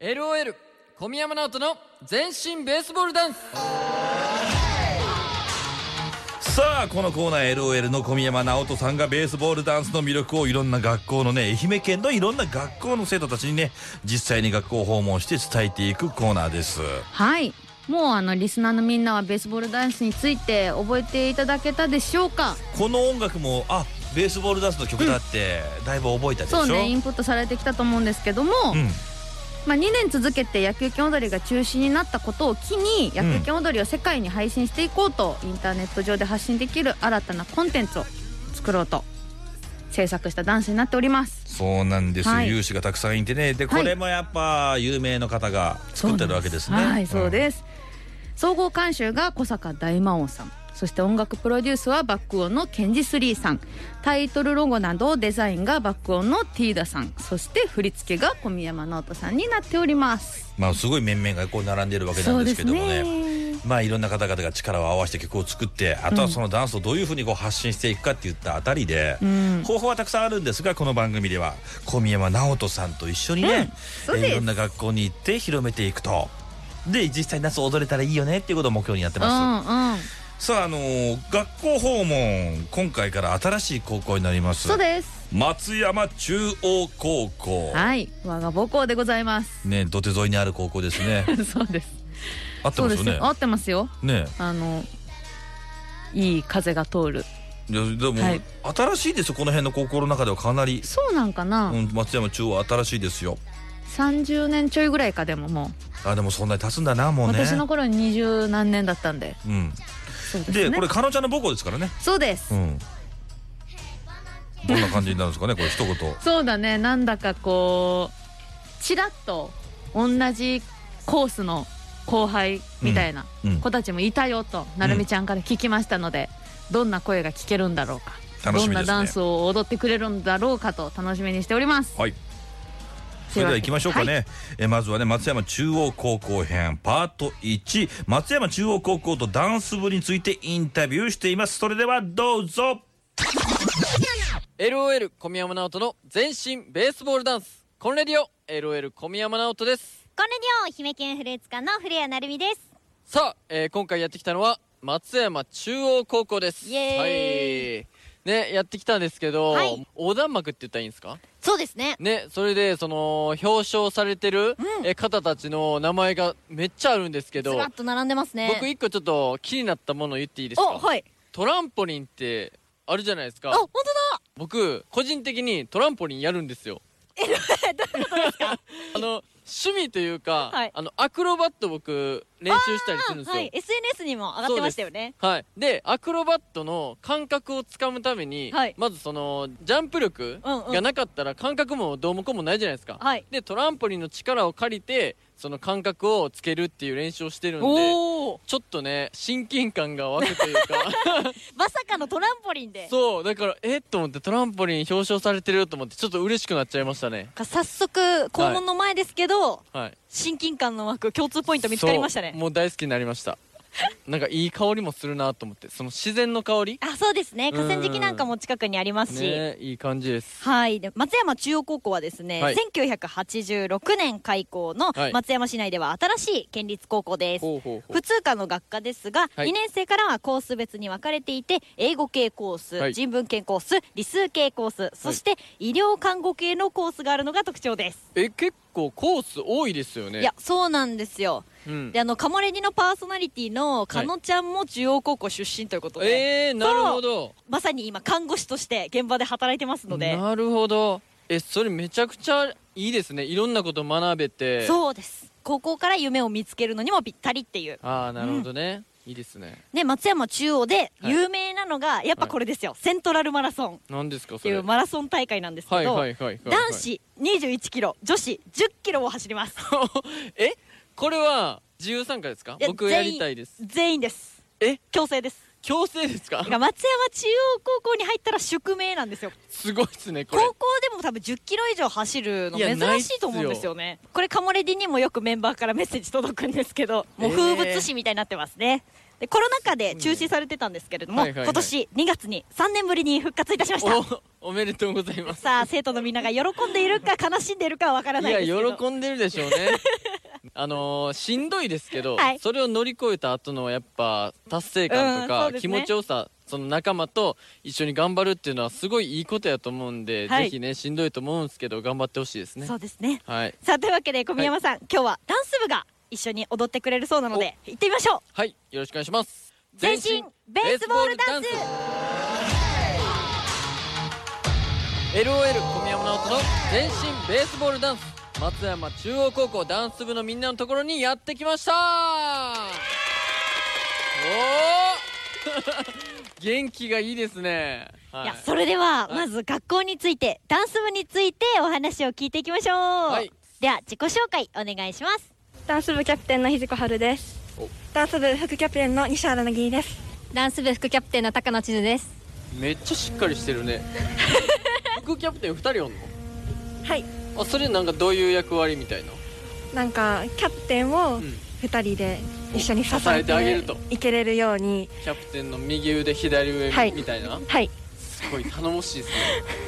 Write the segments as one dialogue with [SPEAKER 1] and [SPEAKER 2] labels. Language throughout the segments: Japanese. [SPEAKER 1] LOL 小宮山直人の全身ベースボールダンス
[SPEAKER 2] さあこのコーナー LOL の小宮山直人さんがベースボールダンスの魅力をいろんな学校のね愛媛県のいろんな学校の生徒たちにね実際に学校を訪問して伝えていくコーナーです
[SPEAKER 3] はいもうあのリスナーのみんなはベースボールダンスについて覚えていただけたでしょうか
[SPEAKER 2] この音楽もあベースボールダンスの曲だってだいぶ覚えたでしょ、
[SPEAKER 3] そうねインプットされてきたと思うんですけども、
[SPEAKER 2] うん
[SPEAKER 3] まあ、2年続けて野球拳踊りが中止になったことを機に野球拳踊りを世界に配信していこうと、インターネット上で発信できる新たなコンテンツを作ろうと制作したダンスになっております
[SPEAKER 2] そうなんですよ、
[SPEAKER 3] はい
[SPEAKER 2] 有志がたくさんいてねでこ
[SPEAKER 3] はい
[SPEAKER 2] れもやっぱ有名の方が作ってるわけですね
[SPEAKER 3] はい、そう
[SPEAKER 2] す、
[SPEAKER 3] です。総合監修が小坂大魔王さん。そして音楽プロデュースはバックオンのケンジスリーさんタイトルロゴなどデザインがバックオンのティーダさんそして振り付けが小宮山直人さんになっております
[SPEAKER 2] うんまあすごい面々がこう並んでるわけなんですけどもねまあいろんな方々が力を合わせて曲を作ってあとはそのダンスをどういうふうにこう発信していくかっていったあたりで、
[SPEAKER 3] うん
[SPEAKER 2] 方法はたくさんあるんですがこの番組では小宮山直人さんと一緒にね、
[SPEAKER 3] うんそう
[SPEAKER 2] え
[SPEAKER 3] で
[SPEAKER 2] ー
[SPEAKER 3] す
[SPEAKER 2] いろんな学校に行って広めていくと。で実際夏踊れたらいいよねっていうことを目標にやって
[SPEAKER 3] うんう
[SPEAKER 2] ます、
[SPEAKER 3] ん
[SPEAKER 2] さああのー学校訪問今回から新しい高校になります
[SPEAKER 3] そうです
[SPEAKER 2] 松山中央高校
[SPEAKER 3] はい我が母校でございます
[SPEAKER 2] ね土手沿いにある高校ですね
[SPEAKER 3] そうです
[SPEAKER 2] 合って
[SPEAKER 3] そう
[SPEAKER 2] ます
[SPEAKER 3] で
[SPEAKER 2] よね
[SPEAKER 3] す合ってますよ
[SPEAKER 2] ね
[SPEAKER 3] あのいい風が通る
[SPEAKER 2] いやでも、
[SPEAKER 3] はい
[SPEAKER 2] 新しいですよこの辺の高校の中ではかなり、
[SPEAKER 3] そうなんかな、
[SPEAKER 2] うん、松山中央新しいですよ
[SPEAKER 3] 30年ちょいぐらいかでももう
[SPEAKER 2] あでもそんなに経つんだなもうね
[SPEAKER 3] 私の頃に二十何年だったんで
[SPEAKER 2] うん、
[SPEAKER 3] そうです
[SPEAKER 2] で
[SPEAKER 3] ね
[SPEAKER 2] これ彼女の母校ですからね
[SPEAKER 3] そうです、
[SPEAKER 2] うんどんな感じになるんですかねこれ一言
[SPEAKER 3] そうだねなんだかこうちらっと同じコースの後輩みたいな
[SPEAKER 2] うん
[SPEAKER 3] 子たちもいたよと、なるみちゃんから聞きましたので、どんな声が聞けるんだろうか
[SPEAKER 2] 楽しみですね
[SPEAKER 3] どんなダンスを踊ってくれるんだろうかと楽しみにしております
[SPEAKER 2] はいそれでは行きましょうかね、えまずはね松山中央高校編パート1松山中央高校とダンス部についてインタビューしていますそれではどうぞ
[SPEAKER 1] LOL 小宮山直人の全身ベースボールダンスコンレディオ LOL 小宮山直人です
[SPEAKER 4] これにオ愛媛県フルーツ館の古谷なるみです
[SPEAKER 1] さあ、えー今回やってきたのは松山中央高校です
[SPEAKER 4] イエ
[SPEAKER 1] はいねやってきたんですけど、
[SPEAKER 4] はい
[SPEAKER 1] 横断幕って言ったらいいんですか
[SPEAKER 4] そうですね
[SPEAKER 1] ねそれでその表彰されてる、
[SPEAKER 4] うん
[SPEAKER 1] えー方たちの名前がめっちゃあるんですけ
[SPEAKER 4] ず
[SPEAKER 1] ど
[SPEAKER 4] らっと並んでますね
[SPEAKER 1] 僕一個ちょっと気になったもの言っていいですか
[SPEAKER 4] おはい
[SPEAKER 1] トランポリンってあるじゃないです
[SPEAKER 4] あ
[SPEAKER 1] か
[SPEAKER 4] 本
[SPEAKER 1] 僕個人的にトランポリンやるんですよえどういうことですか あの趣味というか、
[SPEAKER 4] はい
[SPEAKER 1] あのアクロバット僕練習したりするんです
[SPEAKER 4] 当だ
[SPEAKER 1] よ
[SPEAKER 4] はい SNS にも上がってましたよね
[SPEAKER 1] はい、でアクロバットの感覚をつかむために、
[SPEAKER 4] はい
[SPEAKER 1] まずそのジャンプ力
[SPEAKER 4] うんうん
[SPEAKER 1] がなかったら感覚もどうもこうもないじゃないですか、
[SPEAKER 4] はい
[SPEAKER 1] でトランポリンの力を借りてその感覚をつけるっていう練習をしてるんで
[SPEAKER 4] おお
[SPEAKER 1] ちょっとね親近感が湧くというか
[SPEAKER 4] まさかのトランポリンで
[SPEAKER 1] そうだからえっと思ってトランポリン表彰されてると思ってちょっと嬉しくなっちゃいましたね
[SPEAKER 4] か早速校門の前ですけど、
[SPEAKER 1] はい
[SPEAKER 4] 親近感の枠共通ポイント見つかりましたね
[SPEAKER 1] そうもう大好きになりました なんかいい香りもするなと思ってその自然の香り
[SPEAKER 4] あそうですね河川敷なんかも近くにありますし、
[SPEAKER 1] ねいい感じです
[SPEAKER 4] はい、で松山中央高校はですね、
[SPEAKER 1] はい
[SPEAKER 4] 1986年開校の
[SPEAKER 1] はい
[SPEAKER 4] 松山市内では新しい県立高校です、
[SPEAKER 1] ほうほうほう
[SPEAKER 4] 普通科の学科ですが、
[SPEAKER 1] はい
[SPEAKER 4] 2年生からはコース別に分かれていて英語系コース、
[SPEAKER 1] はい
[SPEAKER 4] 人文系コース理数系コースそして医療看護系のコースがあるのが特徴です、
[SPEAKER 1] え結構コース多いですよね
[SPEAKER 4] いやそうなんですよ
[SPEAKER 1] うん
[SPEAKER 4] であのカモレディのパーソナリティのかのちゃんも中央高校出身ということで、
[SPEAKER 1] えー、なるほど
[SPEAKER 4] まさに今看護師として現場で働いてますので
[SPEAKER 1] なるほどえそれめちゃくちゃいいですねいろんなこと学べてう
[SPEAKER 4] そうです高校から夢を見つけるのにもぴったりっていう
[SPEAKER 1] ああなるほどね、いいですね
[SPEAKER 4] で松山中央で
[SPEAKER 1] はい
[SPEAKER 4] 有名なのが、やっぱこれですよ、セントラルマラソンっ
[SPEAKER 1] 何ですかそ
[SPEAKER 4] てい
[SPEAKER 1] れ
[SPEAKER 4] うマラソン大会なんですけど、
[SPEAKER 1] はいはいはいはい
[SPEAKER 4] 男子21キロ女子10キロを走ります
[SPEAKER 1] えこれは自由参加ですか
[SPEAKER 4] いや
[SPEAKER 1] 僕やりたいです
[SPEAKER 4] 全員です
[SPEAKER 1] え
[SPEAKER 4] 強制です
[SPEAKER 1] 強制ですか
[SPEAKER 4] だから松山中央高校に入ったら宿命なんですよ
[SPEAKER 1] すごいですねこ
[SPEAKER 4] 高
[SPEAKER 1] れ
[SPEAKER 4] 校でも多分10キロ以上走るの
[SPEAKER 1] いや
[SPEAKER 4] 珍しいと思うんですよねこれカモレディにもよくメンバーからメッセージ届くんですけどもう風物詩みたいになってますね、でコロナ禍で中止されてたんですけれども、
[SPEAKER 1] はいはいはい
[SPEAKER 4] 今年2月に3年ぶりに復活いたしました
[SPEAKER 1] おお めでとうござい ます
[SPEAKER 4] さあ生徒のみんなが喜んでいるか悲しんでいるかはわから
[SPEAKER 1] い
[SPEAKER 4] ない
[SPEAKER 1] や
[SPEAKER 4] ですけど
[SPEAKER 1] 喜んでるでしょうね あのーしんどいですけど、
[SPEAKER 4] はい
[SPEAKER 1] それを乗り越えた後のやっぱ達成感とか、
[SPEAKER 4] うんそうです
[SPEAKER 1] 気
[SPEAKER 4] ね
[SPEAKER 1] 持ちよさその仲間と一緒に頑張るっていうのはすごいいいことやと思うんで、
[SPEAKER 4] はい
[SPEAKER 1] ぜひねしんどいと思うんですけど頑張ってほしいですね
[SPEAKER 4] そうですね
[SPEAKER 1] はい
[SPEAKER 4] さあというわけで小宮山さん、今日はダンス部が一緒に踊ってくれるそうなので行ってみましょう
[SPEAKER 1] はいよろしくお願いします
[SPEAKER 4] 全身ベースボールダンス
[SPEAKER 1] LOL 小宮山直人の全身ベースボールダンス松山中央高校ダンス部のみんなのところにやってきましたおー 元気がいいですね、はい
[SPEAKER 4] やそれで
[SPEAKER 1] は
[SPEAKER 4] は
[SPEAKER 1] い
[SPEAKER 4] まず学校について、ダンス部についてお話を聞いていきましょう、
[SPEAKER 1] い
[SPEAKER 4] では自己紹介お願いします
[SPEAKER 5] ダンス部キャプテンの日塚春です
[SPEAKER 1] お
[SPEAKER 5] ダンス部副キャプテンの西原凪です
[SPEAKER 6] ダンス部副キャプテンの高野千鶴です。
[SPEAKER 1] めっちゃしっかりしてるね副キャプテン2人おん
[SPEAKER 5] はい
[SPEAKER 1] のあそれなんかどういう役割みたいな
[SPEAKER 5] なんかキャプテンを
[SPEAKER 1] ん
[SPEAKER 5] 2人で一緒に支
[SPEAKER 1] 支え
[SPEAKER 5] え
[SPEAKER 1] てあげると
[SPEAKER 5] ていけれるように
[SPEAKER 1] キャプテンの右腕左上
[SPEAKER 5] はい
[SPEAKER 1] みたいな、
[SPEAKER 5] はい
[SPEAKER 1] すごい頼もしいですね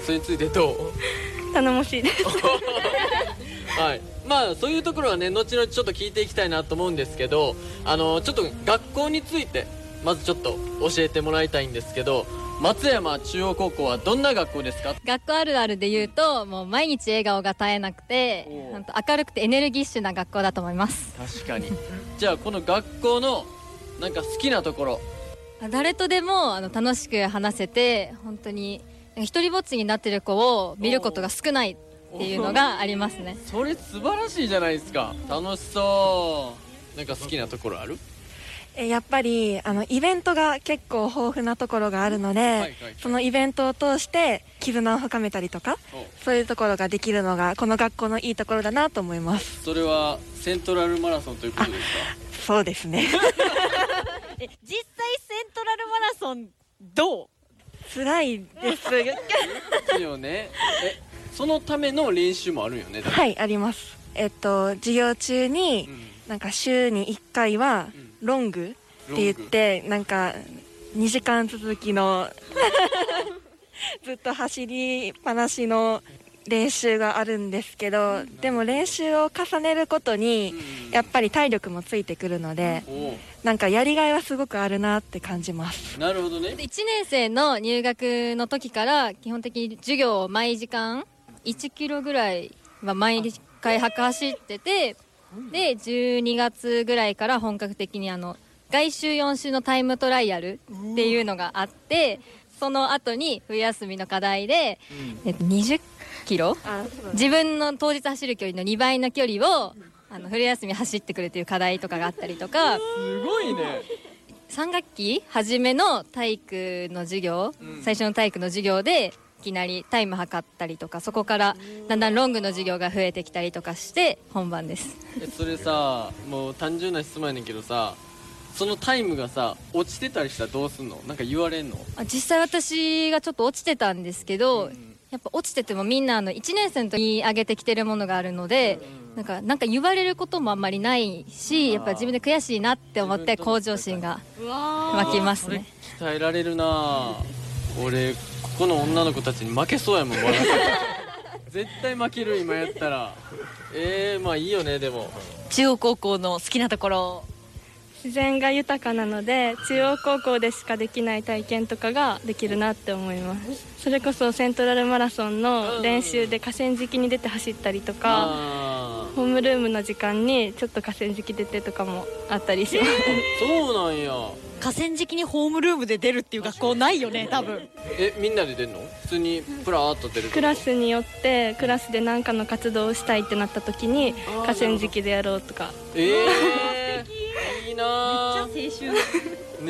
[SPEAKER 1] それについてどう
[SPEAKER 5] 頼もしいです
[SPEAKER 1] はい、まあそういうところはね後々ちょっと聞いていきたいなと思うんですけどあのちょっと学校についてまずちょっと教えてもらいたいんですけど松山中央高校はどんな学校ですか
[SPEAKER 6] 学校あるあるで言うと、もう毎日笑顔が絶えなくて
[SPEAKER 1] おう、
[SPEAKER 6] なんと明るくてエネルギッシュな学校だと思います。
[SPEAKER 1] 確かにじゃあこの学校のなんか好きなところ
[SPEAKER 6] 誰とでもあの楽しく話せて、本当に一人ぼっちになってる子を見ることが少ないっていうのがありますね。
[SPEAKER 1] それ素晴らしいじゃないですか楽しそうなんか好きなところある
[SPEAKER 5] えやっぱりあのイベントが結構豊富なところがあるので、
[SPEAKER 1] はいはい
[SPEAKER 5] そのイベントを通して絆を深めたりとかそういうところができるのがこの学校のいいところだなと思います
[SPEAKER 1] それはセントラルマラソンということですか
[SPEAKER 5] そうですね
[SPEAKER 4] え実際セントラルマラソンどう
[SPEAKER 5] 辛いです
[SPEAKER 1] ですよねえそのための練習もあるんよねだって
[SPEAKER 5] はいありますえっと授業中に、
[SPEAKER 1] うん
[SPEAKER 5] なんか週に1回は
[SPEAKER 1] う
[SPEAKER 5] ロングって言ってなんか2時間続きの ずっと走りっぱなしの練習があるんですけどでも練習を重ねることに
[SPEAKER 1] うん
[SPEAKER 5] やっぱり体力もついてくるので
[SPEAKER 1] おう
[SPEAKER 5] なんかやりがいはすごくあるなって感じます
[SPEAKER 1] なるほどね
[SPEAKER 6] 1年生の入学の時から基本的に授業を毎時間1キロぐらいは毎回走っててで12月ぐらいから本格的にあの外周4周のタイムトライアルっていうのがあってその後に冬休みの課題で、えっと、20キロ自分の当日走る距離の2倍の距離をあの冬休み走ってくるという課題とかがあったりとか。
[SPEAKER 1] すごいね
[SPEAKER 6] 3学期初めの体育の授業、
[SPEAKER 1] うん
[SPEAKER 6] 最初の体育の授業でいきなりタイム測ったりとかそこからだんだんロングの授業が増えてきたりとかして本番です
[SPEAKER 1] えそれさもう単純な質問やねんけどさそのタイムがさ落ちてたりしたらどうすんのなんか言われんの
[SPEAKER 6] あ実際私がちょっと落ちてたんですけど、やっぱ落ちててもみんなあの1年生の時に上げてきてるものがあるので、なんかなんか言われることもあんまりないしやっぱ自分で悔しいなって思って向上心が湧きますね
[SPEAKER 1] 鍛えられるなあ俺ここの女の子たちに負けそうやもん まだ絶対負ける今やったらえー、まあいいよねでも
[SPEAKER 4] 中央高校の好きなところ
[SPEAKER 7] 自然が豊かなので中央高校でしかできない体験とかができるなって思いますそれこそセントラルマラソンの練習で河川敷に出て走ったりとか
[SPEAKER 1] ああ
[SPEAKER 7] ホームルームの時間にちょっと河川敷出てとかもあったりします
[SPEAKER 1] そうなんや
[SPEAKER 4] 河川敷にホームルームで出るっていう学校ないよね多分
[SPEAKER 1] えみんなで出んの普通にプラーっと出る
[SPEAKER 7] クラスによってクラスで何かの活動をしたいってなった時に河川敷でやろうとか
[SPEAKER 1] ええ ー、いいなあ
[SPEAKER 4] 青春
[SPEAKER 1] ね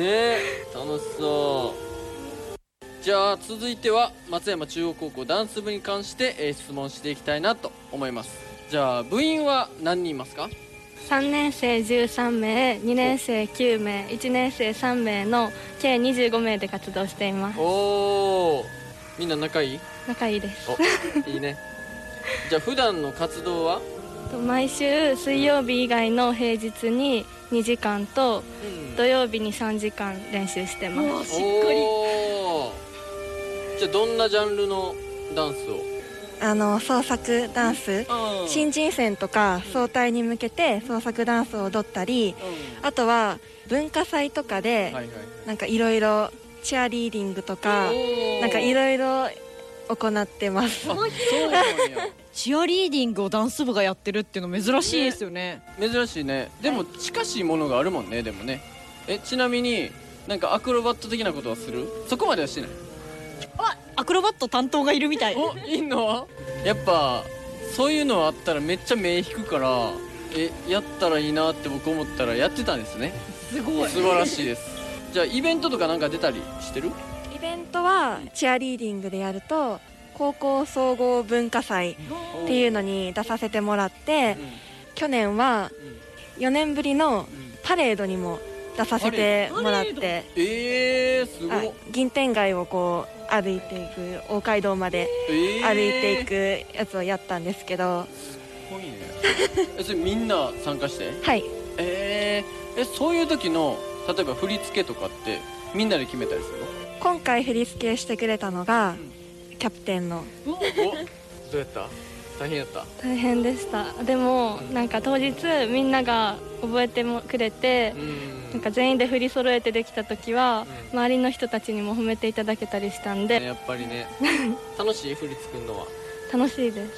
[SPEAKER 1] え楽しそうじゃあ続いては松山中央高校ダンス部に関して、えー質問していきたいなと思いますじゃあ部員は何人いますか
[SPEAKER 7] 3年生13名2年生9名1年生3名の計25名で活動しています
[SPEAKER 1] おおみんな仲いい
[SPEAKER 7] 仲いいです
[SPEAKER 1] おいいねじゃあ普段の活動は
[SPEAKER 7] 毎週水曜日以外の平日に2時間と
[SPEAKER 1] うん
[SPEAKER 7] 土曜日に3時間練習してま
[SPEAKER 4] し
[SPEAKER 7] す
[SPEAKER 4] っかり
[SPEAKER 1] おーじゃあどんなジャンルのダンスを
[SPEAKER 5] あの創作ダンス新人戦とか総体に向けて創作ダンスを踊ったりあとは文化祭とかで
[SPEAKER 1] はいはい
[SPEAKER 5] なんかいろいろチアリーディングとかなんかい
[SPEAKER 1] い
[SPEAKER 5] ろいろ行ってます
[SPEAKER 1] ろそうなんや
[SPEAKER 4] チアリーディングをダンス部がやってるっていうの珍しいですよね
[SPEAKER 1] 珍しいねでも近しいものがあるもんねでもねえちなみになんかアクロバット的なことはするそこまではしてない
[SPEAKER 4] アクロバット担当がいるみたい
[SPEAKER 1] おいいのやっぱそういうのあったらめっちゃ目引くからえやったらいいなって僕思ったらやってたんですね
[SPEAKER 4] すごい
[SPEAKER 1] 素晴らしいですじゃあイベントとかなんか出たりしてる
[SPEAKER 5] イベントはチアリーディングでやると高校総合文化祭っていうのに出させてもらって去年は4年ぶりのパレードにも出させてもらって
[SPEAKER 1] ええー、すご
[SPEAKER 5] あ
[SPEAKER 1] っ
[SPEAKER 5] 銀天街をこう歩いていく大街道まで
[SPEAKER 1] ええー、
[SPEAKER 5] 歩いていくやつをやったんですけど
[SPEAKER 1] すごいねえそれみんな参加して
[SPEAKER 5] はい
[SPEAKER 1] えー、えそういう時の例えば振り付けとかってみんなで決めたりするの
[SPEAKER 5] 今回振り付けしてくれたのがキャプテンの
[SPEAKER 1] おどうやった大変やった
[SPEAKER 7] 大変でしたでもなんか当日みんなが覚えてもくれて
[SPEAKER 1] うん
[SPEAKER 7] なんか全員で振り揃えてできた時は周りの人たちにも褒めていただけたりしたんで
[SPEAKER 1] やっぱりね楽しい振り作るの は
[SPEAKER 7] 楽しいです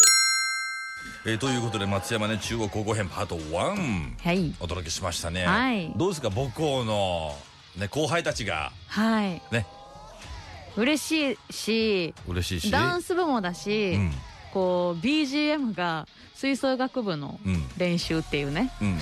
[SPEAKER 2] えーということで松山ね中国高校編パート1
[SPEAKER 3] はい
[SPEAKER 2] お届けしましたね、
[SPEAKER 3] はい
[SPEAKER 2] どうですか母校の、ね、後輩たちが
[SPEAKER 3] はい
[SPEAKER 2] ね
[SPEAKER 3] 嬉しいし
[SPEAKER 2] 嬉しいし
[SPEAKER 3] ダンス部もだし、
[SPEAKER 2] うん
[SPEAKER 3] こう BGM が吹奏楽部の
[SPEAKER 2] うん
[SPEAKER 3] 練習っていうね
[SPEAKER 2] うん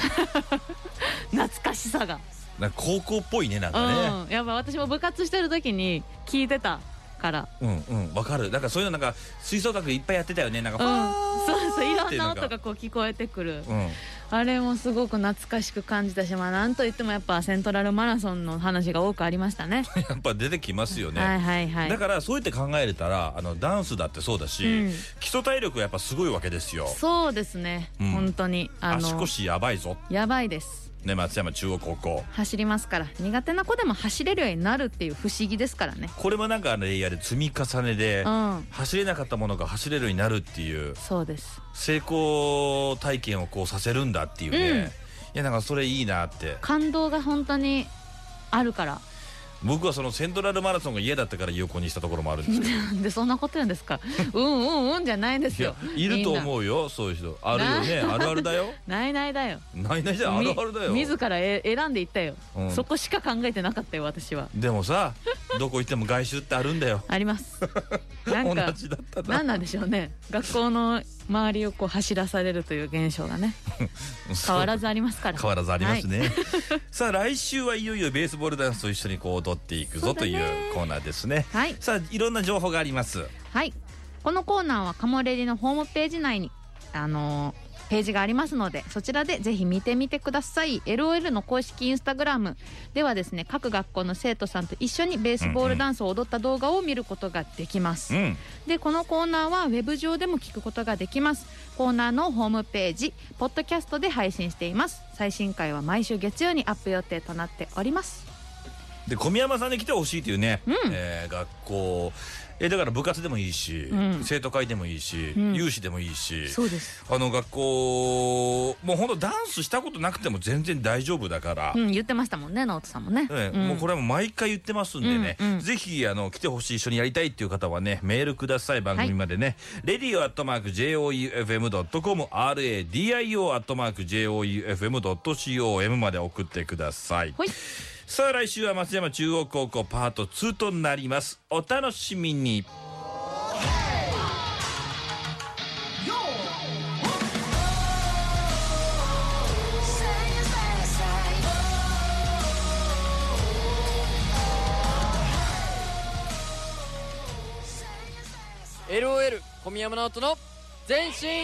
[SPEAKER 3] 懐かしさが、
[SPEAKER 2] なんか高校っぽいねなんかね
[SPEAKER 3] うんやっぱ私も部活してる時に聞いてたから
[SPEAKER 2] うんうんわかるなんかそういうのなんか吹奏楽いっぱいやってたよねなん
[SPEAKER 3] う
[SPEAKER 2] か
[SPEAKER 3] んそうそういろ
[SPEAKER 2] って
[SPEAKER 3] ん
[SPEAKER 2] な
[SPEAKER 3] なん
[SPEAKER 2] か
[SPEAKER 3] 音がこう聞こえてくる
[SPEAKER 2] うん
[SPEAKER 3] あれもすごく懐かしく感じたしまあなんといってもやっぱセントラルマラソンの話が多くありましたね
[SPEAKER 2] やっぱ出てきますよね、
[SPEAKER 3] はいはいはい
[SPEAKER 2] だからそうやって考えれたらあのダンスだってそうだし、
[SPEAKER 3] うん
[SPEAKER 2] 基礎体力がやっぱすごいわけですよ
[SPEAKER 3] そうですね、
[SPEAKER 2] うん
[SPEAKER 3] 本当にあ
[SPEAKER 2] 足
[SPEAKER 3] の
[SPEAKER 2] 腰やばいぞ
[SPEAKER 3] やばいです
[SPEAKER 2] ね松山中央高校
[SPEAKER 3] 走りますから苦手な子でも走れるようになるっていう不思議ですからね
[SPEAKER 2] これもなんかあのレイヤーで積み重ねで
[SPEAKER 3] うん
[SPEAKER 2] 走れなかったものが走れるようになるっていう
[SPEAKER 3] そうです
[SPEAKER 2] 成功体験をこうさせるんだっていうね、
[SPEAKER 3] うん
[SPEAKER 2] いやなんかそれいいなって
[SPEAKER 3] 感動が本当にあるから
[SPEAKER 2] 僕はそのセントラルマラソンが嫌だったから横にしたところもあるんですけど
[SPEAKER 3] なんでそんなこと言うんです かうんうんうんじゃないんです
[SPEAKER 2] いや
[SPEAKER 3] よ
[SPEAKER 2] いると思うよそういう人あるよねあるあるだよ
[SPEAKER 3] ないないだよ
[SPEAKER 2] ないないじゃんあ
[SPEAKER 3] み
[SPEAKER 2] るあるだよ
[SPEAKER 3] 自らえ選んでいったよ、
[SPEAKER 2] うん
[SPEAKER 3] そこしか考えてなかったよ私は
[SPEAKER 2] でもさどこ行っても外周ってあるんだよ
[SPEAKER 3] あります なん
[SPEAKER 2] 同
[SPEAKER 3] か
[SPEAKER 2] じだったな
[SPEAKER 3] 何なんでしょうね学校の周りをこう走らされるという現象がね変わらずありますから
[SPEAKER 2] 変わらずありますね、 さあ来週はいよいよベースボールダンスと一緒にこう踊っていくぞというコーナーですね
[SPEAKER 3] はい、はい
[SPEAKER 2] さあいろんな情報があります
[SPEAKER 3] はい、このコーナーはカモレディのホームページ内にあのーページがありますのでそちらでぜひ見てみてください LOL の公式インスタグラムではですね各学校の生徒さんと一緒にベースボールダンスを踊った動画を見ることができます、
[SPEAKER 2] うん
[SPEAKER 3] でこのコーナーはウェブ上でも聞くことができますコーナーのホームページポッドキャストで配信しています最新回は毎週月曜にアップ予定となっております
[SPEAKER 2] で小宮山さんに来てほしいというね、
[SPEAKER 3] ん
[SPEAKER 2] えー学校えーだから部活でもいいし、
[SPEAKER 3] うん
[SPEAKER 2] 生徒会でもいいし、
[SPEAKER 3] うん
[SPEAKER 2] 有志でもいいし
[SPEAKER 3] そうです
[SPEAKER 2] あの学校もうほんとダンスしたことなくても全然大丈夫だから、
[SPEAKER 3] うん言ってましたもんね直人さんもね、
[SPEAKER 2] ね
[SPEAKER 3] ん
[SPEAKER 2] もうこれはもう毎回言ってますんでね、
[SPEAKER 3] うんうん
[SPEAKER 2] ぜひあの来てほしい一緒にやりたいっていう方はねメールください番組までね「レディオアットマーク JOEFM.com」「RADIO アットマーク JOEFM.com」まで送ってください
[SPEAKER 3] ほい
[SPEAKER 2] さあ来週は松山中央高校パート2となりますお楽しみに
[SPEAKER 1] 「LOL 小宮山直人の全身ベースボール